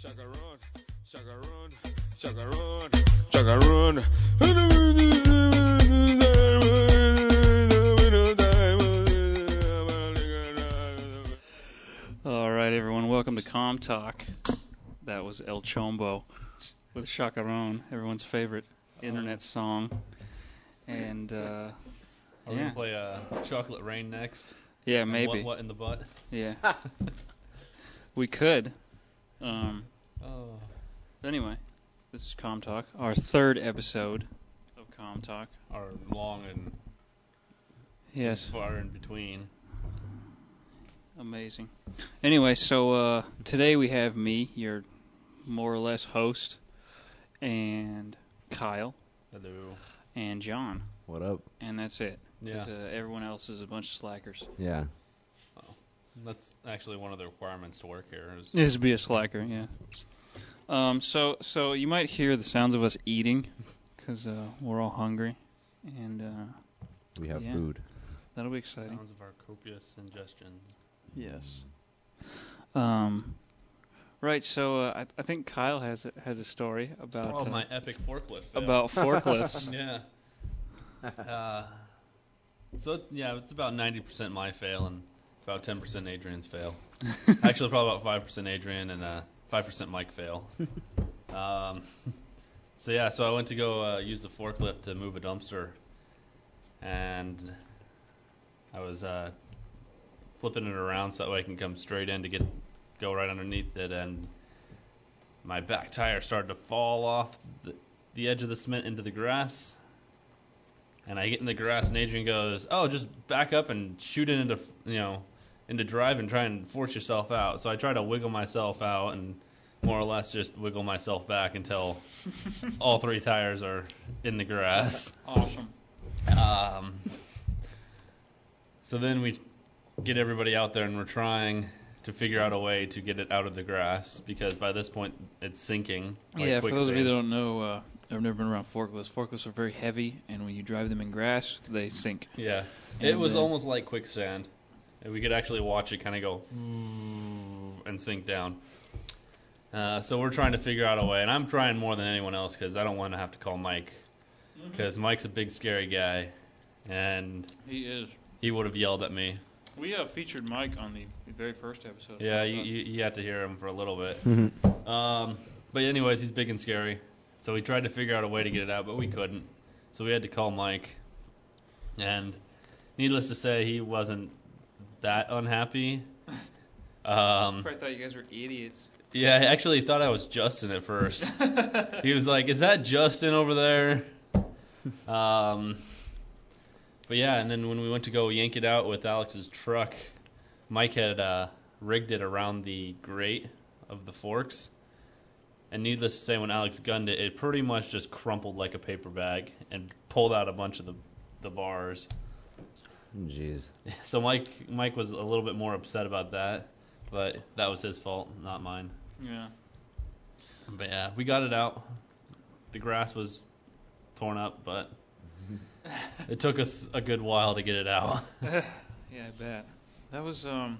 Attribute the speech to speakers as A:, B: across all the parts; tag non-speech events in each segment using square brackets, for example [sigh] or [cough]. A: Chagarun, chagarun, chagarun, chagarun.
B: All right, everyone, welcome to Com Talk. That was El Chombo with Chacarón, everyone's favorite internet song. And uh,
C: Are we
B: yeah,
C: gonna play uh, Chocolate Rain next?
B: yeah,
C: And
B: maybe,
C: What, what in the butt? [laughs]
B: yeah, we could. Um,
C: Oh.
B: but anyway, this is Com Talk, our third episode of Com Talk.
C: Are long and
B: Yes,
C: far in between.
B: Amazing. Anyway, so uh, today we have me, your more or less host, and Kyle
C: Hello.
B: and John,
D: What up?
B: and that's it. 'Cause,
C: Yeah,
B: Uh, everyone else is a bunch of slackers.
D: Yeah.
C: that's actually one of the requirements to work here. Is
B: Is be a slacker, yeah. Um, so so you might hear the sounds of us eating, because uh, we're all hungry, and uh,
D: We have
B: Yeah.
D: [laughs] food.
B: that'll be exciting.
C: sounds of our copious ingestions.
B: Yes. Um, right. So uh, I, I think Kyle has a, has a story about
C: Oh,
B: uh,
C: my epic forklift. fail. [laughs]
B: about forklifts.
C: Yeah. Uh, so it- yeah, it's about 90% my fail and about 10% Adrian's fail. Actually, probably about 5% Adrian and uh, 5% Mike fail. Um, so yeah, so I went to go uh, use the forklift to move a dumpster, and I was uh, flipping it around so that way I can come straight in to get go right underneath it, and my back tire started to fall off the, the edge of the cement into the grass. And I get in the grass, and Adrian goes, "Oh, just back up and shoot it into, you know, into drive and try and force yourself out." So I try to wiggle myself out, and more or less just wiggle myself back until all three tires are in the grass.
B: Awesome.
C: Um, so then we get everybody out there, and we're trying to figure out a way to get it out of the grass because by this point it's sinking.
B: [laughs]
C: like
B: yeah, for those of you that don't
C: quicksand.
B: know, uh, I've never been around forklifts. Forklifts are very heavy, and when you drive them in grass, they sink.
C: Yeah. It
B: And uh,
C: was
B: then-
C: almost like quicksand. And we could actually watch it kind of go and sink down. Uh, so we're trying to figure out a way, and I'm trying more than anyone else because I don't want to have to call Mike because Mike's a big scary guy, and
B: He is.
C: he would have yelled at me.
B: We uh, featured Mike on the, the very first episode.
C: Yeah, you, you, you had to hear him for a little bit.
D: Mm-hmm.
C: um, but anyways, he's big and scary, so we tried to figure out a way to get it out, but we couldn't. So we had to call Mike, and needless to say, he wasn't that unhappy. Um,
B: probably thought you guys were idiots. [laughs]
C: yeah, I actually thought I was Justin at first. he was like, "Is that Justin over there?" Um, but yeah, and then when we went to go yank it out with Alex's truck, Mike had uh, rigged it around the grate of the forks. And needless to say, when Alex gunned it, it pretty much just crumpled like a paper bag and pulled out a bunch of the, the bars. [laughs]
D: Jeez.
C: So Mike Mike was a little bit more upset about that, but that was his fault, not mine.
B: Yeah.
C: But yeah, we got it out. The grass was torn up, but it took us a good while to get it out.
B: Yeah, I bet. That was um.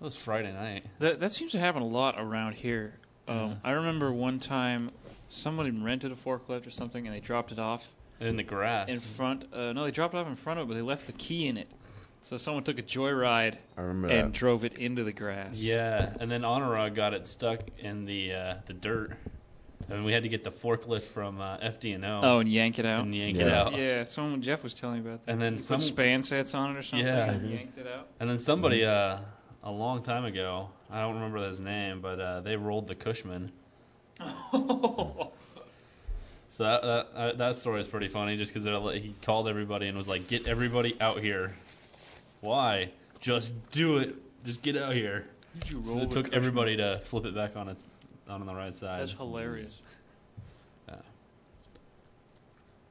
C: It was Friday night.
B: That that seems to happen a lot around here. Um,
C: Yeah.
B: I remember one time somebody rented a forklift or something, and they dropped it off
C: In the grass.
B: in front. Uh, no, they dropped it off in front of it, but they left the key in it. So someone took a joyride
D: I remember
B: and
D: that.
B: drove it into the grass.
C: yeah, and then Honora got it stuck in the uh, the dirt, and we had to get the forklift from uh, FD&O
B: Oh, and yank it out.
C: and yank it
D: Yeah.
C: out.
B: Yeah, someone Jeff was telling me about that.
C: And then
B: He
C: some
B: put span sets on it or something.
C: Yeah. Mm-hmm.
B: and yanked it out.
C: And then somebody uh, a long time ago, I don't remember his name, but uh, they rolled the Cushman.
B: [laughs]
C: So that that, uh, that story is pretty funny, just because he called everybody and was like, "Get everybody out here." Why? Just do it. Just get out here.
B: Did you
C: So it took everybody to flip it back on its on the right side.
B: That's hilarious.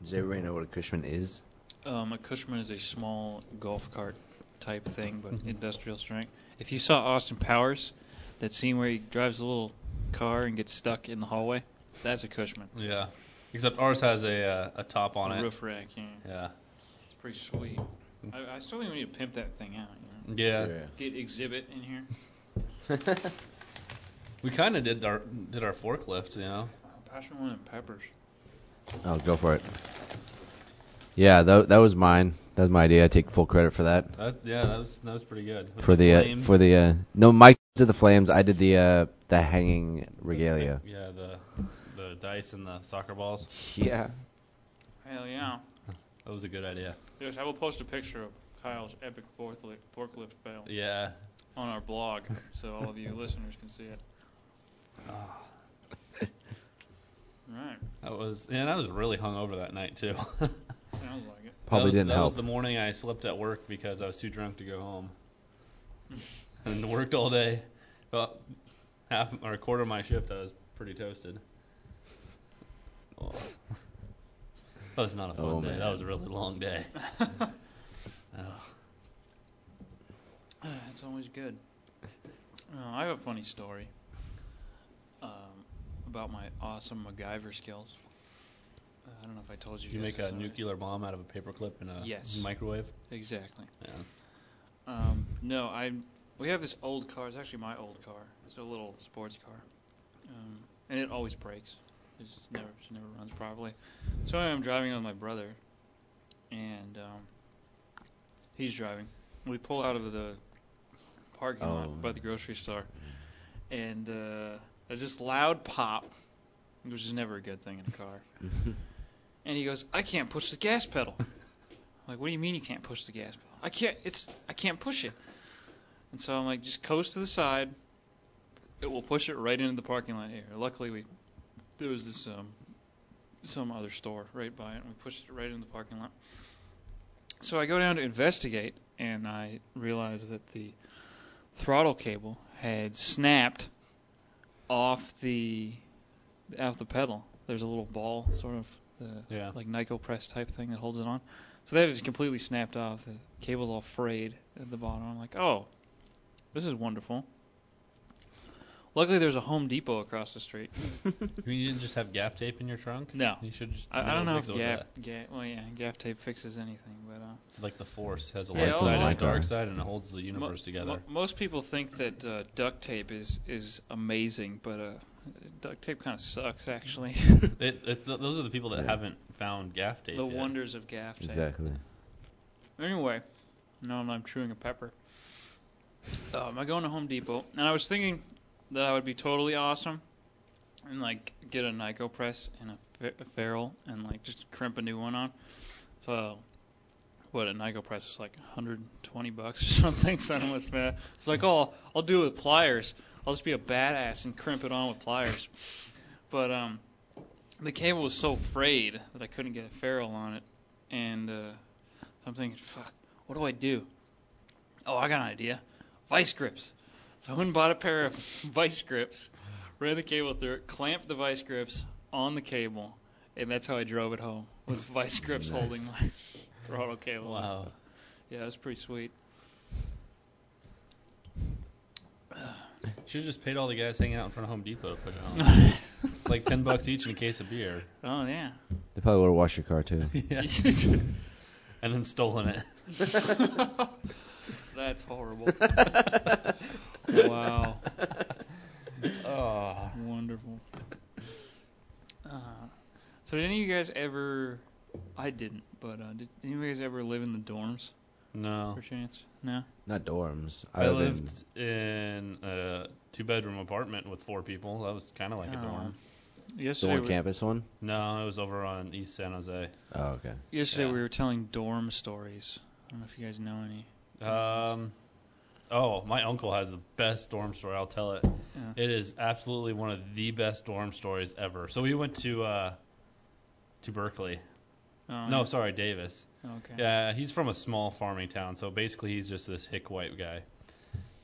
D: Does everybody know what a Cushman is?
B: Um, a Cushman is a small golf cart type thing,
C: Mm-hmm.
B: but industrial strength. If you saw Austin Powers, that scene where he drives a little car and gets stuck in the hallway, that's a Cushman.
C: Yeah. Except ours has a uh, a top on
B: a
C: it. Mm-hmm.
B: roof rack. Yeah,
C: Yeah.
B: it's pretty sweet. I, I still think we need to pimp that thing out. You know?
C: Yeah.
D: Sure.
B: Get exhibit in here.
C: We kind of did our did our forklift, you know.
B: Passion one and peppers.
D: [laughs] Oh, go for it. Yeah, that, that was mine. That was my idea. I take full credit for that.
C: That, yeah, that was that was pretty good. With
D: for the uh,
C: flames.
D: for the uh, no, Mike did the flames. I did the uh, the hanging regalia.
C: Yeah, the the dice and the soccer balls.
D: [laughs] Yeah.
B: Hell yeah.
C: That was a good idea.
B: Yes, I will post a picture of Kyle's epic forklift, forklift fail
C: Yeah.
B: on our blog so all of you [laughs] listeners can see it. Right.
C: Ah, That was and I was really hungover that night too. [laughs]
B: Sounds like it.
D: Probably
C: that was,
D: didn't
C: that was
D: [laughs] help.
C: the morning I slept at work because I was too drunk to go home. [laughs] and worked all day. About half or a quarter of my shift, I was pretty toasted. Oh. That was not a fun
D: Oh,
C: day.
D: man.
C: That was a really long day.
B: [laughs]
C: Oh.
B: That's always good. Uh, I have a funny story um, about my awesome MacGyver skills. Uh, I don't know if I told you.
C: Did you
B: guys
C: make
B: this
C: a
B: already.
C: nuclear bomb out of a paperclip and a
B: Yes.
C: microwave?
B: Exactly.
C: Yeah.
B: Um, no, I. We have this old car. It's actually my old car. It's a little sports car, um, and it always breaks. It's never, it never runs properly. So I'm driving with my brother, and um, he's driving. We pull out of the parking
D: Oh.
B: lot by the grocery store, and uh, there's this loud pop, which is never a good thing in a car. and he goes, "I can't push the gas pedal." I'm like, "What do you mean you can't push the gas pedal? I can't. It's I can't push it." And so I'm like, "Just coast to the side. It will push it right into the parking lot here." Luckily, we there was this um some other store right by it, and we pushed it right into the parking lot. So I go down to investigate, and I realize that the throttle cable had snapped off the off the pedal. There's a little ball, sort of the
C: Yeah.
B: like Nyko press type thing that holds it on. So that is completely snapped off. The cable's all frayed at the bottom. I'm like, oh, this is wonderful. Luckily, there's a Home Depot across the street.
C: You didn't just have gaff tape in your trunk?
B: No.
C: You should just.
B: I, I don't know if
C: fix it with
B: gaff,
C: that.
B: gaff, well, yeah, gaff tape fixes anything, but uh,
C: It's like the force has a
B: Yeah,
C: light
B: oh,
C: side and
B: my
C: a dark
D: God.
C: side, and it holds the
B: Mo-
C: universe together.
B: mo- most people think that uh, duct tape is is amazing, but uh, duct tape kind of sucks actually. [laughs]
C: It, it's th those are the people that
D: Yeah.
C: haven't found gaff tape.
B: the
C: yet.
B: wonders of gaff tape.
D: Exactly.
B: Anyway, now that I'm chewing a pepper, um, I go into Home Depot, and I was thinking that I would be totally awesome and like get a Nyko press and a, fer- a ferrule and like just crimp a new one on. So, what a Nyko press is like 120 bucks or [laughs] something. So I almost mad. It's like, oh, I'll do it with pliers. I'll just be a badass and crimp it on with pliers. But um, the cable was so frayed that I couldn't get a ferrule on it, and uh, so I'm thinking, fuck, what do I do? Oh, I got an idea. Vice grips. So I went and bought a pair of [laughs] vice grips, ran the cable through it, clamped the vice grips on the cable, and that's how I drove it home with vice grips
D: Nice.
B: holding my throttle cable.
C: Wow.
B: Yeah, that's pretty sweet.
C: Should have just paid all the guys hanging out in front of Home Depot to push it
B: [laughs]
C: home.
B: oh
C: [laughs] it's like ten bucks each in a case of
B: [laughs]
C: beer.
B: yeah.
D: They probably would have washed your car too.
C: [laughs] yeah. [laughs] And then stolen it.
B: [laughs] That's
C: [laughs]
B: horrible. wow.
C: Oh.
B: Wonderful. Uh, so did any of you guys ever? I didn't, but uh, did any of you guys ever live in the dorms
C: No.
B: per chance? No.
D: [laughs] Not dorms.
C: I
D: live in-
C: lived in a two-bedroom apartment with four people. That was kind of like a
B: Oh.
C: dorm.
D: the
B: Yesterday,
D: one
B: we,
D: campus one.
C: No, it was over on East San Jose.
D: Oh, okay.
B: yesterday
C: Yeah.
B: we were telling dorm stories. I don't know if you guys know any.
C: Um, oh, my uncle has the best dorm story. I'll tell it.
B: Yeah.
C: It is absolutely one of the best dorm stories ever. So we went to uh, to Berkeley.
B: Oh,
C: No, sorry, Davis.
B: Okay.
C: Yeah, he's from a small farming town, so basically he's just this hick white guy.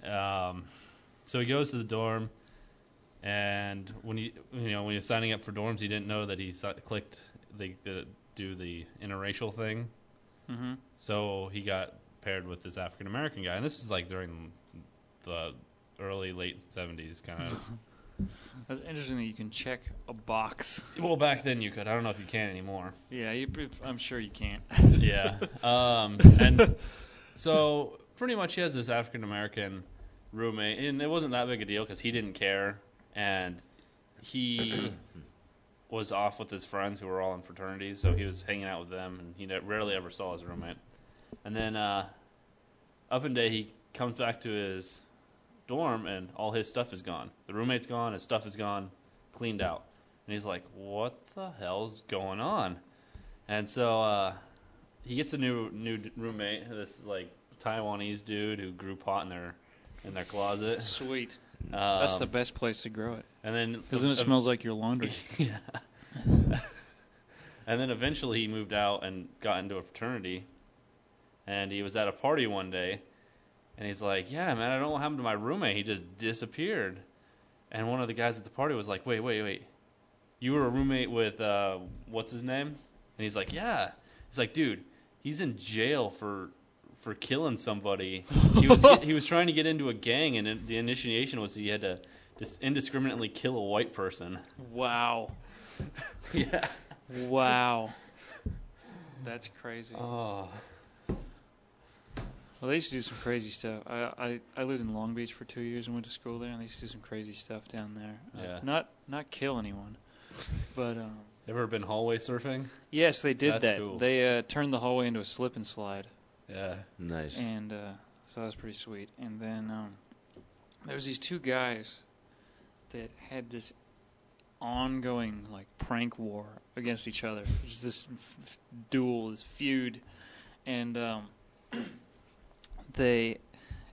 C: Um, so he goes to the dorm, and when he, you know, when he was signing up for dorms, he didn't know that he si- clicked the, the do the interracial thing.
B: Mm-hmm.
C: So he got paired with this African American guy, and this is like during the early late 70s, kind of.
B: That's interesting that you can check a box. [laughs]
C: [laughs] well, back then you could. I don't know if you can anymore.
B: Yeah, you, I'm sure you
C: [laughs]
B: can't.
C: yeah. Um, and so pretty much he has this African American roommate, and it wasn't that big a deal because he didn't care, and he was off with his friends who were all in fraternities, so he was hanging out with them, and he ne- rarely ever saw his roommate. And then uh, up and day, he comes back to his dorm, and all his stuff is gone. The roommate's gone, his stuff is gone, cleaned out. And he's like, "What the hell's going on?" And so uh, he gets a new new d- roommate, this like Taiwanese dude who grew pot in their in their closet.
B: Sweet.
C: Um,
B: That's the best place to grow it.
C: And then
B: Because then it
C: ev-
B: smells like your laundry.
C: [laughs] yeah. [laughs] and then eventually he moved out and got into a fraternity. And he was at a party one day, and he's like, "Yeah, man, I don't know what happened to my roommate. He just disappeared." And one of the guys at the party was like, "Wait, wait, wait. You were a roommate with uh, what's his name?" And he's like, "Yeah." He's like, "Dude, he's in jail for." For killing somebody, he was he was trying to get into a gang, and the initiation was he had to just indiscriminately kill a white person.
B: [laughs] Wow.
C: Yeah.
B: Wow. That's crazy.
C: [laughs] Oh.
B: Well, they used to do some crazy stuff. I, I I lived in Long Beach for two years and went to school there, and they used to do some crazy stuff down there.
C: Yeah.
B: Uh, not not kill anyone, but um,
C: Ever been hallway surfing?
B: yes, they did
C: That's
B: that.
C: cool.
B: They uh, turned the hallway into a slip and slide,
C: Yeah.
D: Nice. [laughs]
B: and uh, so that was pretty sweet. And then um, there was these two guys that had this ongoing like prank war against each other. Just this f- f- duel, this feud, and um, [clears throat] they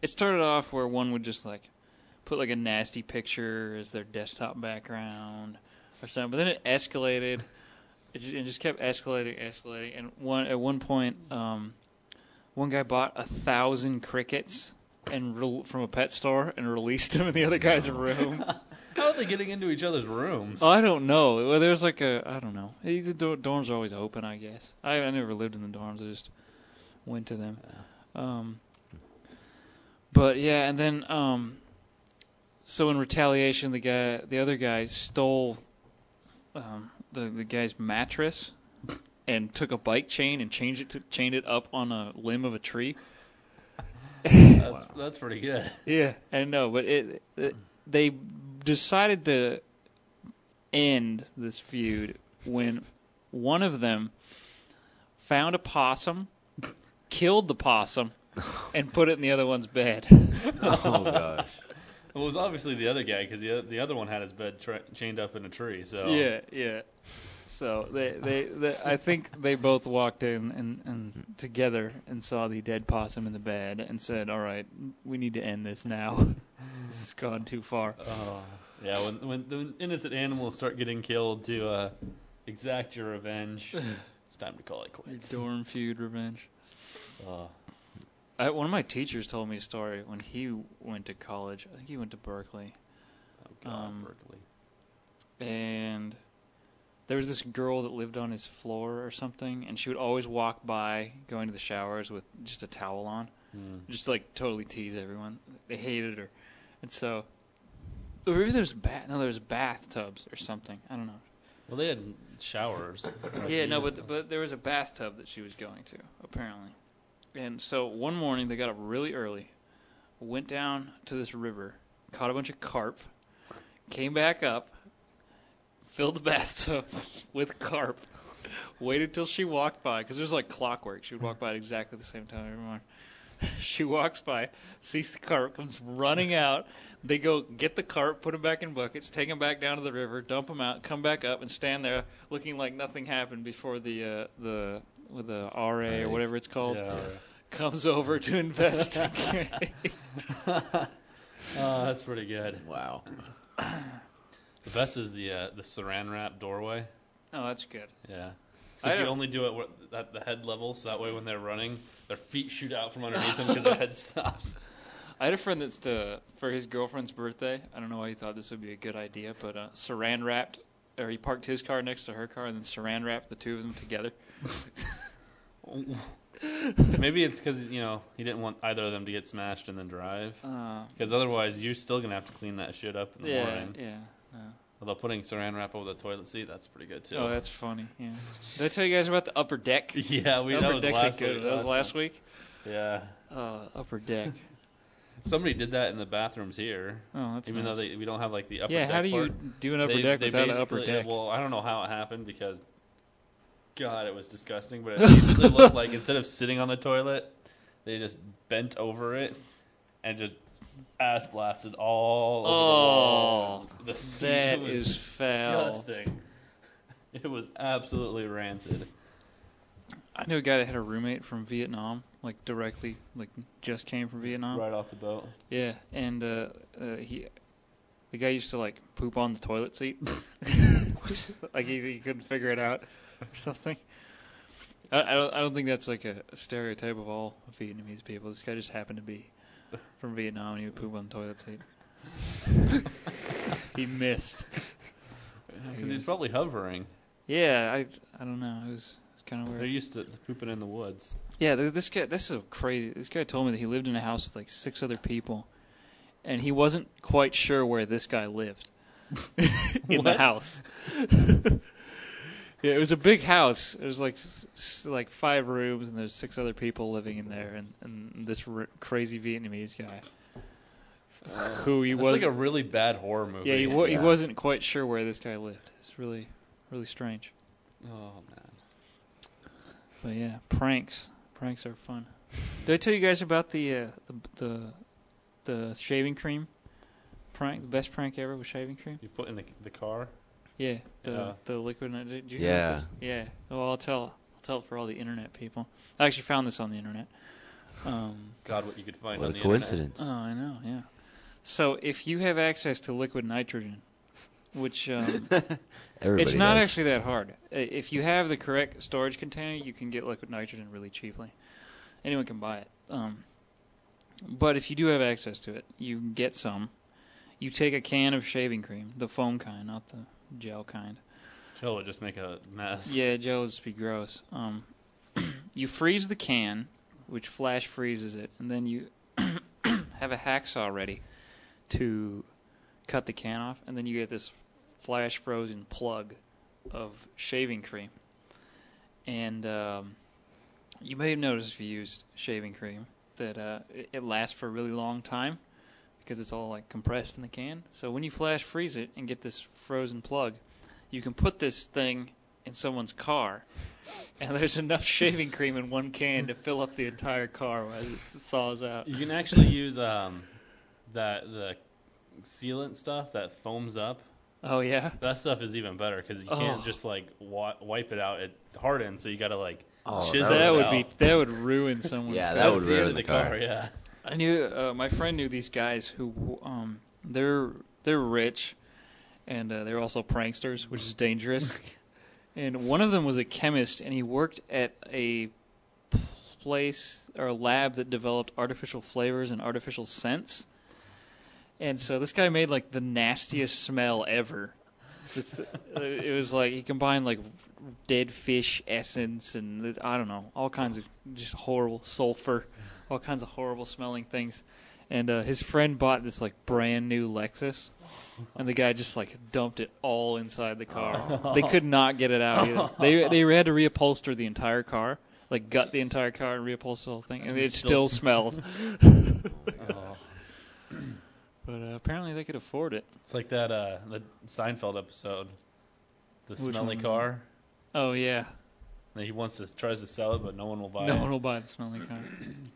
B: it started off where one would just like put like a nasty picture as their desktop background or something, but then it escalated. It just, it just kept escalating, escalating, and one at one point, um, one guy bought a thousand crickets and re- from a pet store and released them in the other guy's room.
C: [laughs] How are they getting into each other's rooms?
B: Oh, I don't know. Well, there's like a I don't know. Eh, The dor- dorms are always open, I guess. I, I never lived in the dorms. I just went to them. Um, but yeah, and then um, so in retaliation, the guy, the other guy, stole um, the the guy's mattress and took a bike chain and changed it to chained it up on a limb of a tree.
C: That's, that's pretty good.
B: Yeah, I know, but it, it they decided to end this feud when one of them found a possum, killed the possum, and put it in the other one's bed.
D: oh gosh.
C: Well, it was obviously the other guy because the, oth- the other one had his bed tra- chained up in a tree. So
B: Yeah, yeah. So they, they, they, I think they both walked in and, and together and saw the dead possum in the bed and said, "All right, we need to end this now. [laughs] this has gone too far."
C: Oh. Yeah. When, when when innocent animals start getting killed to uh, exact your [laughs] revenge, it's time to call it
B: Your
C: quits.
B: dorm feud revenge.
C: Oh.
B: I, one of my teachers told me a story when he went to college. I think he went to Berkeley,
C: Oh, God,
B: Um,
C: Berkeley.
B: and there was this girl that lived on his floor or something, and she would always walk by going to the showers with just a towel on,
C: Hmm.
B: just to, like totally tease everyone. They hated her, and so or maybe there's bath no there's bathtubs or something. I don't know.
C: Well, they had showers. Like
B: Yeah, no,
C: you-
B: but but there was a bathtub that she was going to apparently, and so one morning they got up really early, went down to this river, caught a bunch of carp, came back up, filled the [laughs] bathtub with carp, waited till she walked by because there's like clockwork. She would walk by at exactly the same time every morning. [laughs] She walks by, sees the carp, comes running out. They go get the carp, put them back in buckets, take them back down to the river, dump them out, come back up, and stand there looking like nothing happened before the uh, the with the RA or
D: Right.
B: whatever it's
C: [laughs]
B: called
C: Yeah.
B: comes over to [laughs] investigate. [laughs]
C: Oh, that's pretty good.
D: Wow.
C: The best is the uh, the saran wrap doorway.
B: oh, that's good.
C: Yeah.
B: I
C: Except you
B: don't-
C: only do it where- at the head level, so that way when they're running, their feet shoot
B: [laughs]
C: out from underneath them because their head stops. [laughs]
B: I had a friend that's to, for his girlfriend's birthday. I don't know why he thought this would be a good idea, but uh, saran wrapped, or he parked his car next to her car and then saran wrapped the two of them together.
C: Maybe it's because you know he didn't want either of them to get smashed and then drive.
B: Uh,
C: Because otherwise, you're still gonna have to clean that shit up in the
B: yeah,
C: morning.
B: yeah.
C: Although putting saran wrap over the toilet seat, that's pretty good too.
B: Oh, that's funny. Yeah. Did I tell you guys about the upper deck?
C: [laughs] yeah, we
B: upper
C: that was
B: deck's a
C: last
B: good.
C: week.
B: that was last week.
C: Yeah. [laughs]
B: Uh, upper deck.
C: Somebody did that in the bathrooms here,
B: Oh, that's
C: even
B: nice.
C: though they, we don't have like the upper
B: yeah,
C: deck
B: how do you
C: part.
B: do an upper
C: They-
B: deck
C: they
B: without an upper
C: basically-
B: deck?
C: Well, I don't know how it happened because, God, it was disgusting.
B: [laughs]
C: But it basically looked like instead of sitting on the toilet, they just bent over it and just ass blasted all over the wall. The seat
B: Oh, that
C: was
B: is foul.
C: Disgusting. [laughs] It was absolutely rancid.
B: I knew a guy that had a roommate from Vietnam, like directly, like just came from Vietnam.
C: Right off the boat.
B: Yeah, and uh, uh, he, the guy used to like poop on the toilet seat, [laughs] like he, he couldn't figure it out or something. I, I don't I don't think that's like a stereotype of all Vietnamese people. This guy just happened to be from Vietnam and he would poop on the toilet seat. he missed.
C: Because he's probably hovering.
B: Yeah, I I don't know. It was, it was kind of weird.
C: They're used to pooping in the woods.
B: Yeah, th- this guy. This is crazy. This guy told me that he lived in a house with like six other people, and he wasn't quite sure where this guy
C: [laughs]
B: lived in the
C: What?
B: house. [laughs] yeah, it was a big house. It was like s- s- like five rooms, and there's six other people living in there, and and this r- crazy Vietnamese guy, who he
C: It's
B: was.
C: like a really bad horror movie.
B: yeah, he, wa- he
D: yeah.
B: wasn't quite sure where this guy lived. It's really really strange.
C: Oh man.
B: But yeah, pranks. Pranks are fun. Did I tell you guys about the uh, the, the the shaving cream prank? The best prank ever was shaving cream.
C: You put in the the car.
B: Yeah, the
C: Yeah.
B: the liquid. Did you hear
D: Yeah.
B: about this? Yeah. Well, I'll tell I'll tell it for all the internet people. I actually found this on the internet. Um,
C: God, what you could find
D: What
C: on
D: a
C: the
D: coincidence.
B: Oh, I know, yeah. So if you have access to liquid nitrogen, which um,
D: Everybody
B: it's not
D: does. [laughs]
B: actually that hard. I- If you have the correct storage container, you can get liquid nitrogen really cheaply. Anyone can buy it. Um, but if you do have access to it, you can get some. You take a can of shaving cream, the foam kind, not the gel kind.
C: Internet. Joe would just make a mess.
B: Yeah, gel would just be gross. Um, [clears throat] you freeze the can, which flash freezes it, and then you [clears throat] have a hacksaw ready to cut the can off, and then you get this flash frozen plug of shaving cream. And um, you may have noticed if you used shaving cream that uh, it, it lasts for a really long time because it's all like compressed in the can. So when you flash freeze it and get this frozen plug, you can put this thing in someone's car, and there's enough shaving cream in one can to fill up the entire car as it thaws out.
C: You can actually use um, that the sealant stuff that foams up.
B: Oh yeah.
C: That stuff is even better because you
B: Oh.
C: can't just like wa- wipe it out. It hardens, so you gotta like
D: Oh,
C: chisel
B: that
C: it
B: would
C: out.
B: be that would ruin someone's
D: Yeah,
B: car.
D: that
C: That's
D: would
C: the end
D: ruin
C: of
D: the
C: the
D: car.
B: [laughs]
C: Yeah.
B: I knew uh, my friend knew these guys who um they're they're rich and uh, they're also pranksters, which is dangerous. and one of them was a chemist and he worked at a place or lab that developed artificial flavors and artificial scents. And so this guy made like the nastiest smell ever. This, it was like he combined like dead fish essence and I don't know all kinds of just horrible sulfur, all kinds of horrible smelling things. And uh, his friend bought this like brand new Lexus, and the guy just like dumped it all inside the car. They could not get it out either. They they had to reupholster the entire car, like gut the entire car and reupholster the whole thing, and
C: And it
B: it still
C: still
B: smells.
C: Oh.
B: [laughs] But uh, apparently they could afford it.
C: It's like that uh, the Seinfeld episode, the
B: Which
C: smelly
B: one?
C: car.
B: Oh yeah,
C: And he wants to tries to sell it, but no one will buy
B: no
C: it.
B: one will buy the smelling car.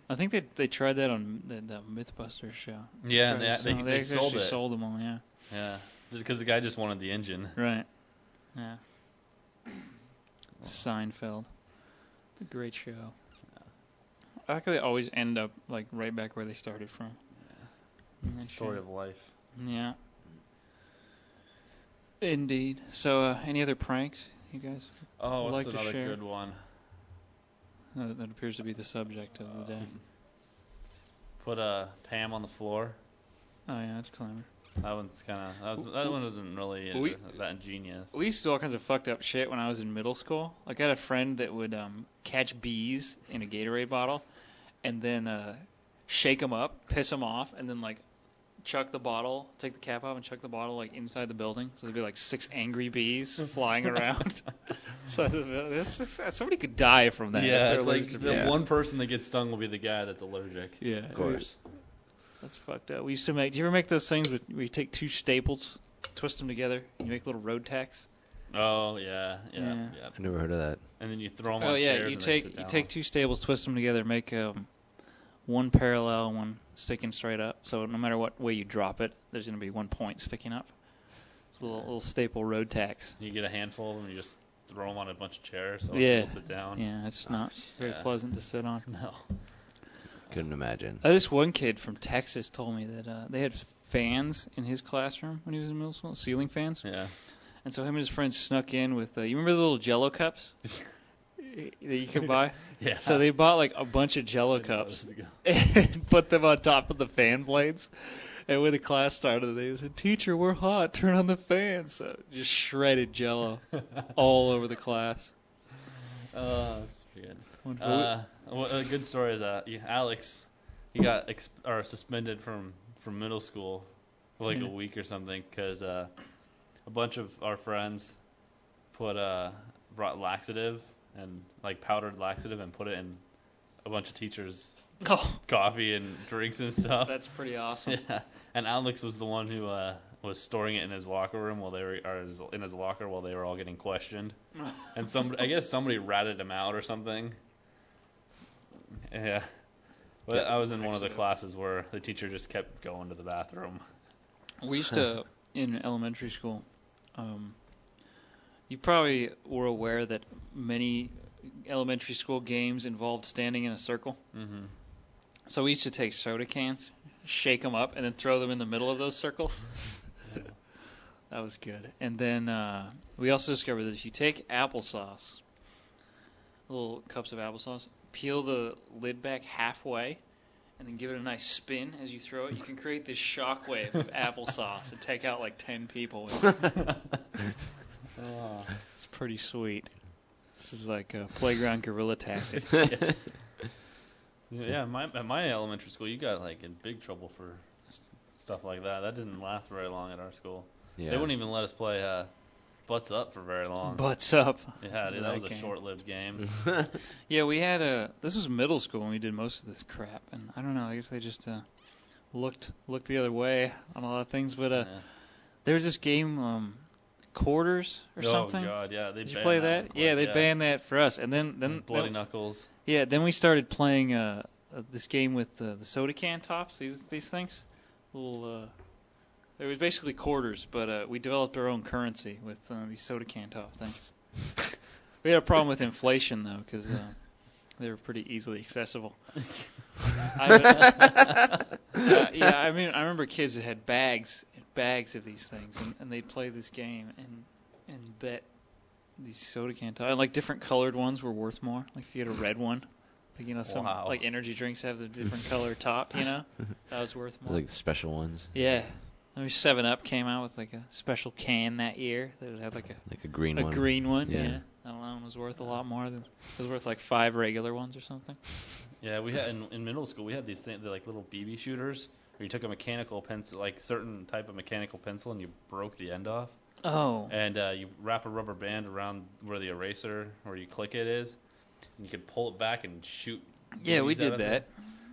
B: I think they they tried that on the, the MythBusters show.
C: Yeah,
B: Tried to
C: and they,
B: sell-
C: they, they sold
B: actually
C: it.
B: sold them all. Yeah,
C: Yeah, because the guy just wanted the engine.
B: right. Yeah. Seinfeld, it's a great show. I like how they always end up like right back where they started from. In that
C: Story
B: show.
C: of life.
B: Yeah. Indeed. So, uh, any other pranks, you guys?
C: Oh,
B: Would
C: what's
B: like to
C: another
B: share?
C: good one?
B: Uh, that appears to be the subject of the day.
C: Put uh, Pam on the floor.
B: Oh yeah, that's clever.
C: That one's kind of that, was- that one wasn't really
B: We-
C: that ingenious.
B: We used to do all kinds of fucked up shit when I was in middle school. Like I had a friend that would um, catch bees in a Gatorade bottle, and then uh, shake them up, piss them off, and then like chuck the bottle, take the cap off, and chuck the bottle like inside the building. So there'd be like six angry bees flying [laughs] around. so uh, this is, somebody could die from that. if
C: yeah,
B: they're
C: it's like
B: allergic to
C: the
B: bees.
D: Yeah.
C: one person that gets stung will be the guy that's allergic.
B: yeah,
D: Of course.
B: That's fucked up. We used to make. Do you ever make those things with, where you take two staples, twist them together, and you make little road tacks?
C: Oh yeah, yeah, yeah.
B: Yeah.
D: I never heard of that.
C: And then you throw them.
B: oh
C: on
B: yeah,
C: chairs
B: you
C: and they
B: take
C: sit
B: you
C: down.
B: take two staples, twist them together, make um, one parallel, one sticking straight up. So no matter what way you drop it, there's going to be one point sticking up. It's a little, little staple road tax.
C: You get a handful of them. You just throw them on a bunch of chairs. So
B: Yeah.
C: People sit down.
B: Yeah, it's not very
C: yeah.
B: pleasant to sit on.
C: [laughs] No.
B: [laughs]
D: Couldn't imagine.
B: Uh, this one kid from Texas told me that uh, they had fans in his classroom when he was in middle school, ceiling fans.
C: Yeah.
B: And so him and his friends snuck in with uh, you remember the little Jello cups that you could buy.
C: Yeah. [laughs]
B: So they bought like a bunch of Jello cups and [laughs] put them on top of the fan blades. And when the class started, they said, "Teacher, we're hot. Turn on the fan." So just shredded Jello all over the class.
C: [laughs] Oh, that's pretty good.
B: Wonderful.
C: [laughs] Uh, well, a good story is uh, yeah, Alex, he got exp- or suspended from from middle school for like
B: Yeah.
C: a week or something because uh, a bunch of our friends put uh brought laxative and like powdered laxative and put it in a bunch of teachers'
B: oh,
C: coffee and drinks and [laughs] stuff.
B: that's pretty [laughs] awesome.
C: yeah, and Alex was the one who uh, was storing it in his locker room while they were or his, in his locker while they were all
B: [laughs]
C: getting questioned, and some I guess somebody ratted him out or something. Yeah, but
B: Yeah,
C: I was in one of the
B: actually-
C: classes where the teacher just kept going to the bathroom.
B: We used to in elementary school. Um, you probably were aware that many elementary school games involved standing in a circle.
C: Mm-hmm.
B: So we used to take soda cans, shake them up, and then throw them in the middle of those circles. that was good. And then uh, we also discovered that if you take applesauce, little cups of applesauce, peel the lid back halfway, and then give it a nice spin as you throw it, you can create this shockwave of applesauce and take out like 10 people. With it. It's pretty sweet. This is like a playground guerrilla tactic.
C: Yeah, my, at my elementary school, you got like in big trouble for s- stuff like that. That didn't last very long at our school.
D: Yeah.
C: They wouldn't even let us play uh, butts up for very long.
B: Butts up.
C: yeah, dude,
B: That
C: that was a
B: game.
C: short-lived
D: Mm-hmm.
C: game.
D: [laughs]
B: Yeah, we had a. This was middle school when we did most of this crap, and I don't know. I guess they just uh, looked looked the other way on a lot of things. But uh,
C: Yeah.
B: there was this game, um, quarters or something.
C: Oh god, yeah, they
B: Did you
C: banned
B: play that?
C: one
B: yeah, they
C: quick,
B: banned that for us, and then then,
C: bloody
B: then-
C: knuckles.
B: yeah, then we started playing uh, uh, this game with uh, the soda can tops. These these things, little. Uh, it was basically quarters, but uh, we developed our own currency with uh, these soda can top things. we had a problem with inflation though, because uh, they were pretty easily accessible. I, uh, yeah, I mean, I remember kids that had bags and bags of these things, and, and they'd play this game and and bet these soda can tops, like different colored ones, were worth more. Like if you had a red one. Like, you know, some
C: Wow.
B: like energy drinks have the different color top. You
D: [laughs]
B: know, that was worth more.
D: Like the special ones,
B: Yeah. I mean, Seven Up came out with like a special can that year that had like a,
D: like a green
B: a
D: one.
B: green one.
D: Yeah.
B: Yeah. that one was worth a lot more than it was worth like five regular ones or something.
C: Yeah, we had in, in middle school we had these things, they're like little BB shooters. Where you took a mechanical pencil, like certain type of mechanical pencil, and you broke the end off,
B: Oh,
C: and uh, you wrap a rubber band around where the eraser, where you click it is, and you could pull it back and shoot.
B: yeah, we
C: BBs out
B: did
C: of
B: that.
C: it.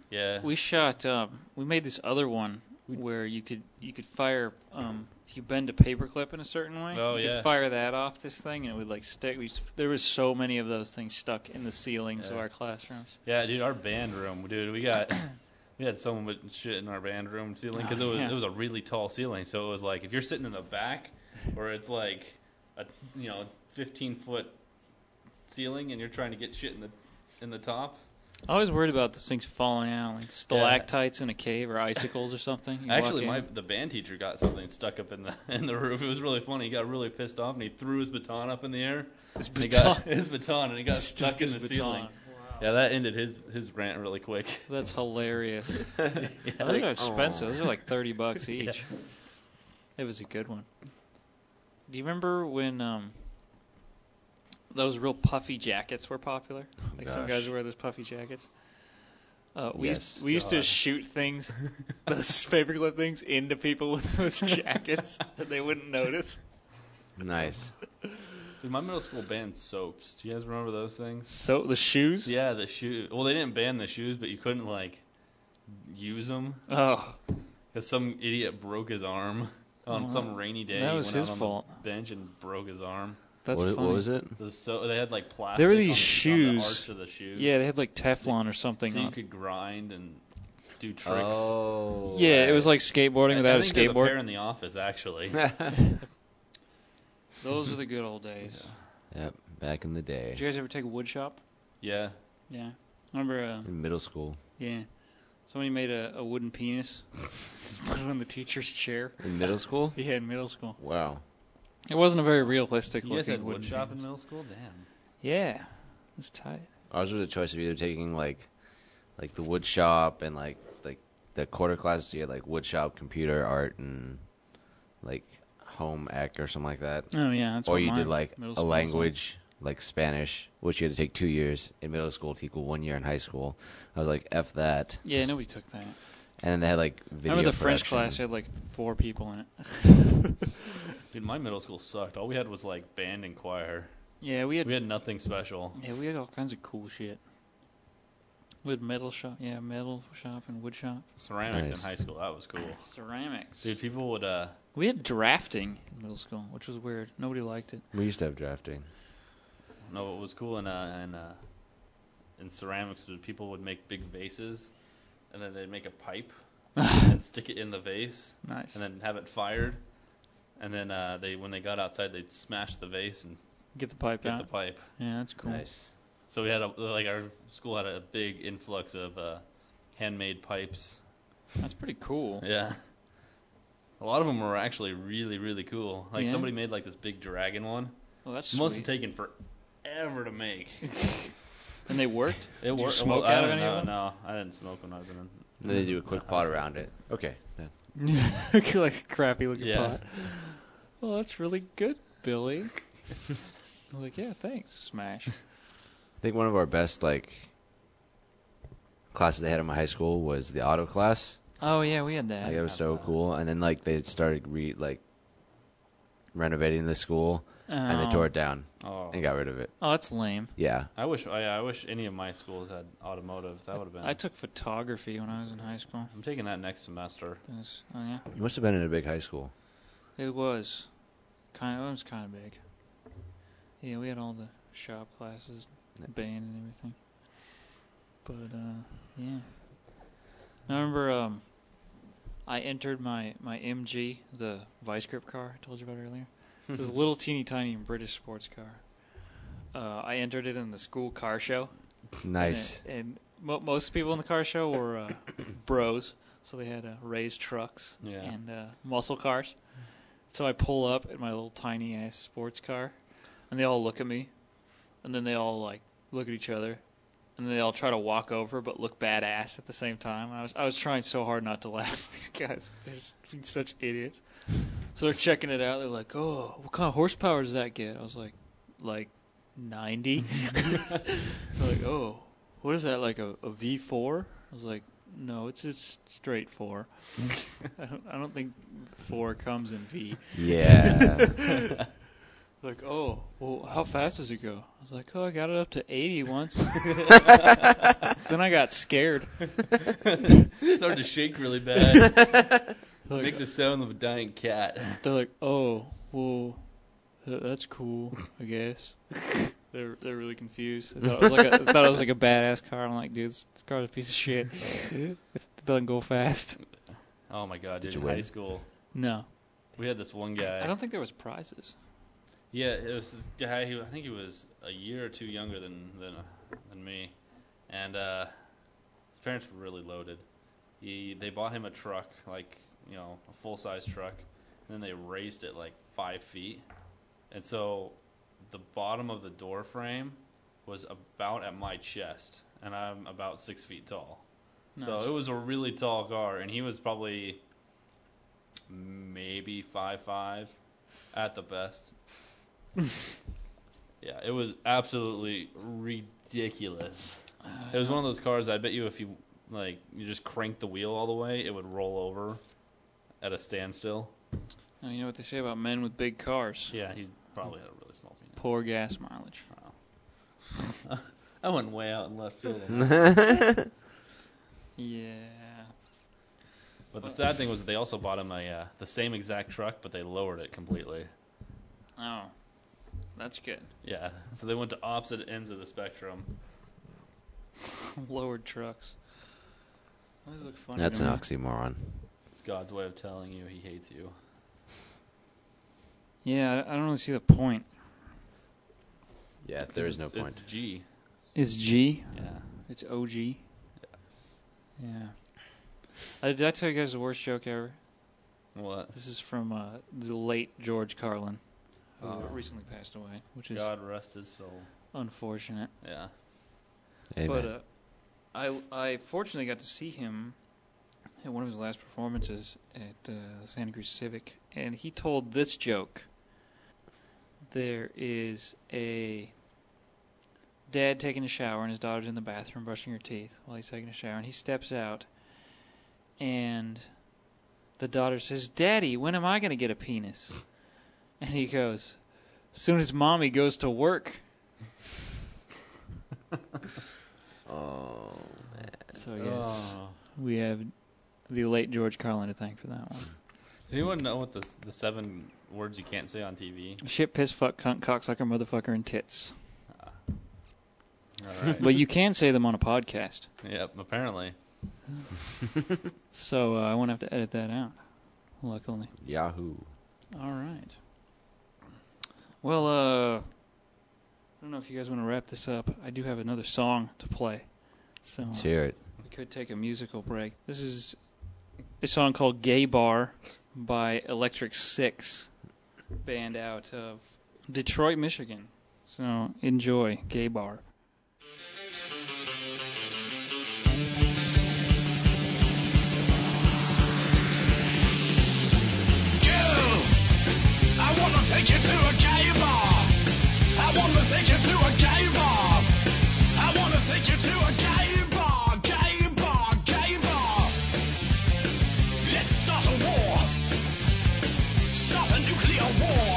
C: Yeah.
B: We shot. Um, we made this other one where you could you could fire um, if you bend a paperclip in a certain way.
C: Oh,
B: you
C: yeah.
B: Could fire that off this thing and it would like stick. We, there was so many of those things stuck in the ceilings of
C: Yeah.
B: our classrooms.
C: Yeah, dude, our band room, dude, we got [clears throat] we had so much shit in our band room ceiling because it was
B: Yeah.
C: it was a really tall ceiling, so it was like if you're sitting in the back, where it's like a you know 15 foot ceiling, and you're trying to get shit in the in the top.
B: I always worried about those things falling out, like stalactites in a cave or icicles or something. You walk
C: Actually,
B: in-
C: my the band teacher got something stuck up in the [laughs] in the roof. It was really funny. He got really pissed off and he threw his baton up in the air.
B: His
C: And he got [laughs] his baton and
B: [laughs]
C: he got stuck, in the ceiling.
B: Wow.
C: Yeah, that ended his his rant really quick. [laughs]
B: That's hilarious.
C: Yeah,
B: Those
C: like,
B: are expensive.
D: aw.
B: Those are like thirty [laughs] bucks each.
C: [laughs] Yeah.
B: It was a good one. Do you remember when um, those real puffy jackets were popular? Like some
D: Oh, gosh.
B: guys would wear those puffy jackets. Uh, we
D: Yes.
B: used, we used to
C: God.
B: shoot
D: [laughs]
B: things, those paperclip things, into people with those jackets that they wouldn't notice.
D: Nice.
C: Dude, my middle school banned soaps. Do you guys remember those things?
B: So the shoes.
C: Yeah, the shoe. Well, they didn't ban the shoes, but you couldn't like use them
B: Oh,
C: because some idiot broke his arm on
B: Well,
C: some rainy day.
B: that
C: He
B: was
C: went
B: his
C: out on
B: fault.
C: The bench and broke his arm.
B: That's
D: what,
B: funny.
D: what was it?
C: Those so they had like plastic.
B: There were
C: on the- on the
B: these shoes.
C: arch of the shoes.
B: Yeah, they had like Teflon or something
C: so you
B: on.
C: could grind and do tricks.
D: Oh.
B: yeah, it was like skateboarding
C: I-
B: without
C: I
B: a
C: think There's a pair
B: skateboard.
C: in the office actually.
B: Those are the good old days.
D: Yep, [laughs] back in the day.
B: Did you guys ever take a wood shop?
C: yeah.
B: Yeah. Remember, uh,
D: In middle school.
B: yeah, somebody made a, a wooden penis, [laughs] put it on the teacher's chair.
D: In middle school?
B: Yeah, in middle school.
D: Wow.
B: It wasn't a very realistic
C: You
B: looking
C: guys had
B: wooden
C: wood shop in
B: penis.
C: middle school? Damn.
B: Yeah, it was tight.
D: Ours was a choice of either taking like like the wood shop and like like the quarter classes you had like wood shop, computer, art and like home ec or something like that.
B: Oh yeah, that's
D: or
B: what
D: you
B: mine-
D: did like
B: middle
D: a
B: school was like.
D: language like Spanish, which you had to take two years in middle school to equal one year in high school. I was like, F that.
B: Yeah, nobody took that.
D: And then they had like
B: I
D: video
B: remember the French
D: production.
B: class had like four people in it.
C: Dude, my middle school sucked. All we had was like band and choir.
B: Yeah, we had
C: We had nothing special.
B: yeah we had all kinds of cool shit. We had metal shop, yeah, metal shop and wood shop,
C: Ceramics
D: Nice.
C: in high school, that was cool.
B: ceramics.
C: Dude, people would uh
B: We had drafting in middle school, which was weird. Nobody liked it.
D: [laughs] We used to have drafting.
C: No, what was cool in uh, in, uh, in ceramics was people would make big vases, and then they'd make
B: [laughs]
C: a pipe and stick it in the vase,
B: Nice.
C: and then have it fired, and then uh, they when they got outside they'd smash the vase and
B: Get the pipe
C: get
B: out.
C: the pipe.
B: yeah, that's cool.
D: Nice.
C: So we had a, like our school had a big influx of uh, handmade pipes.
B: That's pretty cool.
C: Yeah. A lot of them were actually really, really cool. Like
B: Yeah.
C: somebody made like this big dragon one.
B: Well, that's
C: It must
B: sweet.
C: have taken forever to [laughs] make.
B: and they worked.
C: It
B: you
C: wor-
B: smoke
C: well, I
B: out of
C: don't
B: any of
C: know,
B: them?
C: No, I didn't smoke when I was in.
D: And then they do a quick pot around it. Okay. then.
B: [laughs] like a crappy looking
C: Yeah.
B: pot. Well, that's really good, Billy. [laughs] I'm like, yeah, thanks. Smash.
D: I think one of our best like classes they had in my high school was the auto class.
B: Oh yeah, we had that.
D: Like it was so
C: that.
D: cool. And then like they started re like renovating the school and they
B: Oh.
D: tore it down
C: Oh,
D: and got rid of it.
B: Oh, that's lame.
D: Yeah.
C: I wish oh, I, I wish any of my schools had automotive. That would have been.
B: I took photography when I was in high school.
C: I'm taking that next semester.
B: That was- oh yeah,
D: You must have been in a big high school.
B: it was kind. Of, it was kind of big. Yeah, we had all the shop classes, band and everything. But uh, yeah, I remember um, I entered my my MG, the vice grip car I told you about earlier. It's this little teeny tiny British sports car. Uh, I entered it in the school car show.
D: Nice.
B: And, and mo- most people in the car show were uh, bros, so they had uh, raised trucks
C: Yeah.
B: and uh, muscle cars. So I pull up in my little tiny ass sports car, and they all look at me, and then they all like look at each other, and they all try to walk over but look badass at the same time. And I was I was trying so hard not to laugh. [laughs] These guys, they're just being such idiots. So they're checking it out. They're like, "Oh, what kind of horsepower does that get?" I was like, "Like 90." [laughs] They're like, oh, what is that, like a, a V4? I was like, no, it's just straight
C: [laughs]
B: four. [laughs] I, don't, I don't think four comes in
C: [laughs]
B: V.
D: Yeah.
B: Like, oh, well, how fast does it go? I was like, oh, I got it up to 80
C: [laughs]
B: once. then I got scared.
C: [laughs] Started to shake really bad. [laughs]
B: They're like,
C: Make the sound of a dying cat.
B: they're like, oh, well, th- that's cool, I guess.
C: [laughs]
B: They're, they're really confused. They thought it was like a, they thought it was like a badass car. I'm like, dude, this, this car's a piece of
C: [laughs]
B: shit. It doesn't go fast.
C: Oh my god!
D: Did
C: Did
D: you
C: in high
D: win?
C: school,
B: No.
C: we had this one guy.
B: I don't think there was prizes.
C: Yeah, it was this guy who I think he was a year or two younger than than than me, and uh, his parents were really loaded. He they bought him a truck, like you know, a full size truck, and then they raised it like five feet, and so the bottom of the door frame was about at my chest, and I'm about six feet tall.
B: Nice.
C: So it was a really tall car, and he was probably maybe five five at the best. yeah, it was absolutely ridiculous. It was one of those cars. I bet you if you like, you just crank the wheel all the way, it would roll over at a standstill.
B: Now, Oh, you know what they say about men with big cars?
C: Yeah, he probably had a really small penis.
B: Poor gas mileage.
C: [laughs] I went way out in left field.
B: Yeah.
C: But the sad thing was that they also bought him a uh, the same exact truck, but they lowered it completely.
B: Oh, that's good. [laughs]
C: Yeah, so they went to opposite ends of the spectrum.
B: Lowered trucks. Always look funny.
D: That's
B: to
D: an
B: me.
D: oxymoron.
C: It's God's way of telling you He hates you.
B: Yeah, I I don't really see the point.
D: Yeah, there is no
C: It's-
D: point.
C: It's G.
B: It's G.
C: Yeah.
B: It's OG. Yeah. Uh, did I tell you guys the worst joke ever?
C: What?
B: This is from uh, the late George Carlin, who
C: Oh.
B: recently passed away, which is
C: God rest his soul.
B: unfortunate.
C: Yeah.
D: Amen.
B: But uh, I I fortunately got to see him at one of his last performances at uh, Santa Cruz Civic, and he told this joke. There is a dad taking a shower, and his daughter's in the bathroom brushing her teeth while he's taking a shower, and he steps out, and the daughter says, "Daddy, when am I going to get a penis?" [laughs] And he goes, "Soon as mommy goes to work."
C: uh,
D: oh,
B: So yes.
C: Oh.
B: We have the late George Carlin to thank for that one.
C: Does anyone know what the s- the seven words you can't say on [laughs] TV?
B: Shit, piss, fuck, cunt, cocksucker, motherfucker, and tits.
C: All right.
B: But you can say them on a podcast,
C: yep. Apparently.
B: so uh, I won't have to edit that out. Luckily.
D: [laughs] Yahoo.
B: All right. Well, uh, I don't know if you guys want to wrap this up. I do have another song to play, so uh,
C: Oh.
D: Let's hear it.
B: we could take a musical break. This is a song called "Gay Bar" by Electric Six, band out of Detroit, Michigan. So enjoy "Gay Bar."
E: Girl, I wanna take you to a gay bar. I wanna take you to a gay bar. I wanna take you to a gay bar, gay bar, gay bar. Let's start a war. Start a nuclear war.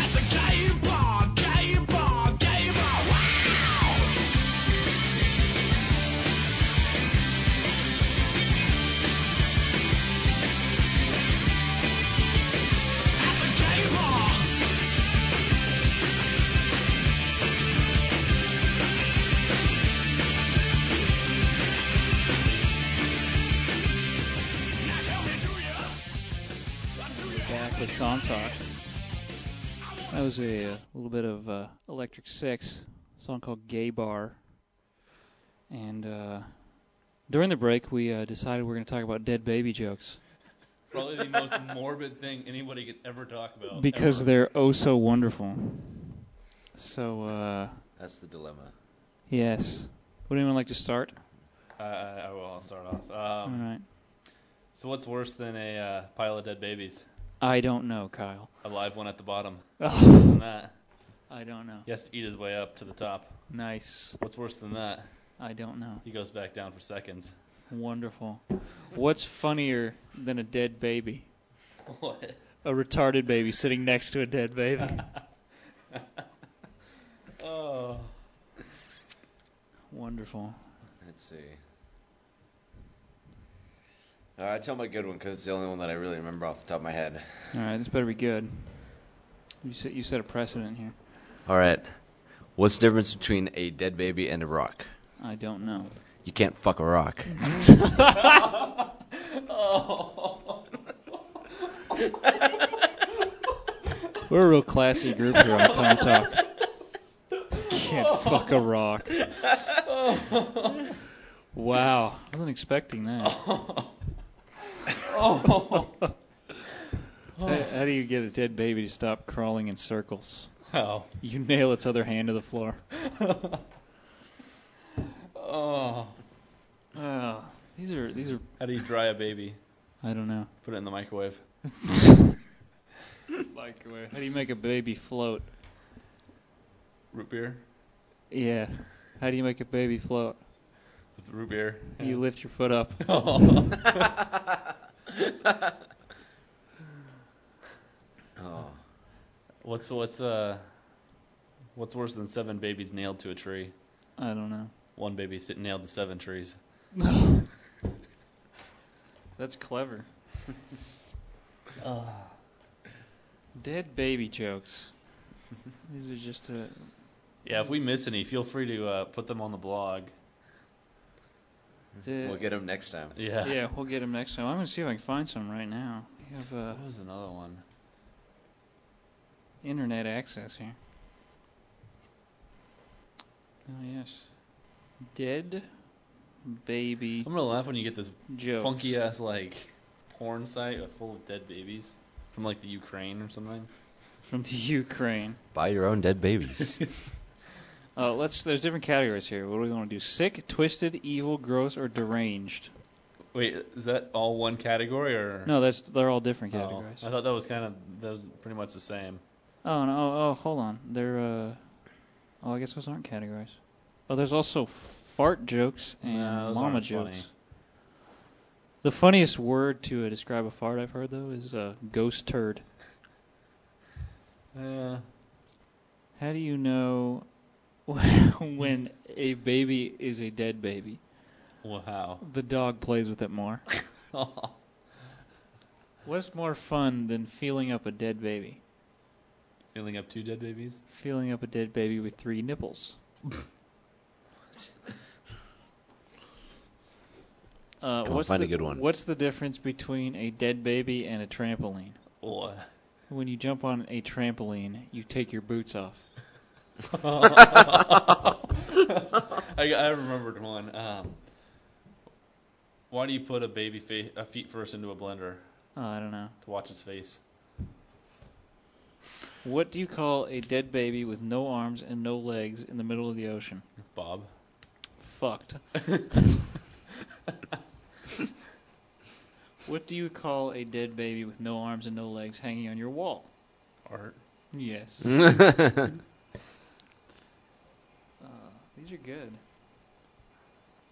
E: At the gay bar, gay bar, gay bar. Wow! At the gay bar. Now tell me, do ya? Do ya
B: Back with Thom Talk. That was a, uh little bit of uh, Electric Six, a song called "Gay Bar." And uh, during the break, we uh, decided we're going to talk about dead baby jokes
C: Probably the most morbid thing anybody could ever talk about.
B: because
C: ever.
B: they're oh so wonderful. So. uh...
D: That's the dilemma.
B: Yes. Would anyone like to start?
C: Uh, I I will. I'll start off. Um,
B: All right.
C: So what's worse than a uh, pile of dead babies?
B: I don't know, Kyle.
C: A live one at the bottom.
B: [laughs]
C: Worse
B: I
C: than that.
B: don't know.
C: He has to eat his way up to the top.
B: Nice.
C: What's worse than that?
B: I don't know.
C: He goes back down for seconds.
B: Wonderful. What's funnier than a dead baby?
C: [laughs] What?
B: A retarded baby sitting next to a dead [laughs] baby.
C: Oh.
B: Wonderful.
D: Let's see. All right, Uh, tell my good one because it's the only one that I really remember off the top of my head.
B: All right, this better be good. You set you set a precedent here.
D: All right. What's the difference between a dead baby and a rock?
B: I don't know.
D: You can't fuck a rock.
B: We're a real classy group here on Palm Talk. [laughs] Can't fuck a rock. Wow. I wasn't expecting that.
C: Oh. [laughs]
B: How, how do you get a dead baby to stop crawling in circles?
C: Oh.
B: You nail its other hand to the floor.
C: Oh.
B: Oh, these are these are
C: How do you dry a baby?
B: I don't know.
C: Put it in the microwave.
B: Microwave. How do you make a baby float?
C: Root beer?
B: Yeah. How do you make a baby float?
C: With root beer. [laughs]
B: You lift your foot up.
D: Oh.
C: What's what's uh what's worse than seven babies nailed to a tree?
B: I don't know.
C: One baby sit nailed to seven trees.
B: That's clever. Dead baby jokes. These are just a.
C: Yeah, if we miss any, feel free to uh, put them on the blog.
B: the-
D: We'll get him next time.
C: Yeah.
B: uh, yeah, we'll get them next time. I'm gonna see if I can find some right now. We have uh,
C: What was another one?
B: internet access here. Oh yes, dead baby
C: I'm gonna laugh when you get this
B: jokes.
C: funky uh, ass like porn site full of dead babies from like the Ukraine or something.
B: from the Ukraine.
D: Buy your own dead [laughs] babies.
B: Uh, let's. There's different categories here. What do we want to do? Sick, twisted, evil, gross, or deranged?
C: Wait, is that all one category or?
B: No, that's they're all different
C: Oh,
B: categories.
C: I thought that was kind of that was pretty much the same.
B: Oh no! Oh, oh, hold on. They're. Uh, oh, I guess those aren't categories. Oh, there's also fart jokes and
C: No, those
B: mama
C: aren't
B: jokes.
C: funny.
B: The funniest word to uh, describe a fart I've heard though is uh, ghost turd. Uh.
C: Yeah.
B: How do you know [laughs] when a baby is a dead baby?
C: Wow. [laughs]
B: The dog plays with it more. What's more fun than feeling up a dead baby?
C: Feeling up two dead babies.
B: Feeling up a dead baby with three
D: [laughs]
B: nipples. Uh,
D: Come on,
B: what's
D: find
B: the,
D: a good one.
B: What's the difference between a dead baby and a trampoline?
C: What?
B: When you jump on a trampoline, you take your boots off.
C: I, I remembered one. Um, why do you put a baby face, a feet first into a blender
B: Oh, I don't know.
C: to watch its face?
B: What do you call a dead baby with no arms and no legs in the middle of the ocean?
C: Bob.
D: [laughs]
B: Fucked. what do you call a dead baby with no arms and no legs hanging on your wall?
C: Art. [laughs]
D: Hmm.
B: Yes.
D: [laughs] That's
B: Uh, these are good.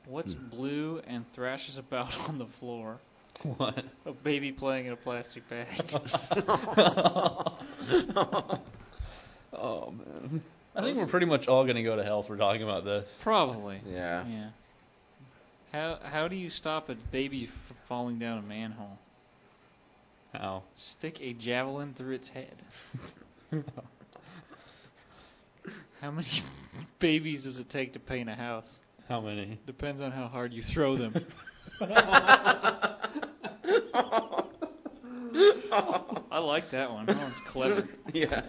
B: What's blue and thrashes about [laughs] on the floor?
C: What?
B: A baby playing in a plastic bag. [laughs]
C: Oh man. I think we're pretty much all gonna go to hell for talking about this.
B: Probably.
D: Yeah.
B: Yeah. How how do you stop a baby from falling down a manhole?
C: How?
B: Stick a javelin through its head. how many [laughs] babies does it take to paint a house?
C: How many?
B: Depends on how hard you throw them. I like that one. That one's clever.
D: Yeah.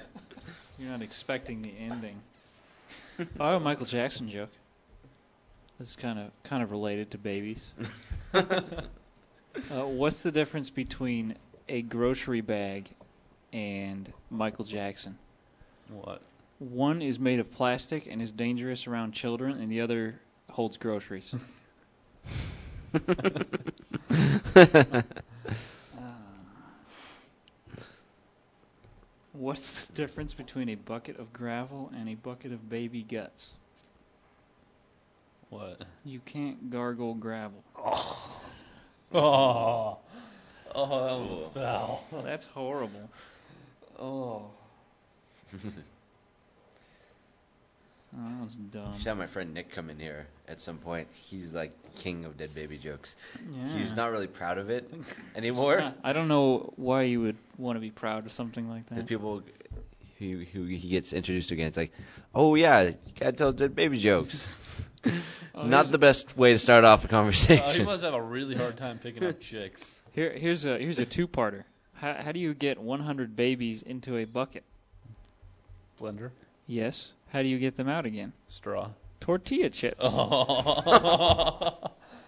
B: You're not expecting the ending. I have a Michael Jackson joke. This is kind of kind of related to babies. uh, what's the difference between a grocery bag and Michael Jackson?
C: What?
B: One is made of plastic and is dangerous around children, and the other holds groceries. Uh, What's the difference between a bucket of gravel and a bucket of baby guts?
C: What?
B: You can't gargle gravel.
C: Oh. Oh, that one was foul.
B: Well, that's horrible.
C: Oh.
B: Oh, that was dumb.
D: Should have my friend Nick come in here at some point. He's like king of dead baby jokes.
B: Yeah.
D: He's not really proud of it [laughs] anymore.
B: I don't know why you would want to be proud of something like
D: the
B: that.
D: people who who he gets introduced again, it's like, oh yeah, you gotta tell dead baby jokes.
B: [laughs] Oh,
D: Not
B: here's-
D: the best way to start off
C: Uh, he
D: a conversation.
C: must have a really hard time picking up chicks.
B: Here, here's a here's a two-parter. How, how do you get 100 babies into a bucket?
C: Blender.
B: Yes. How do you get them out again?
C: Straw.
B: Tortilla chips.
C: Oh.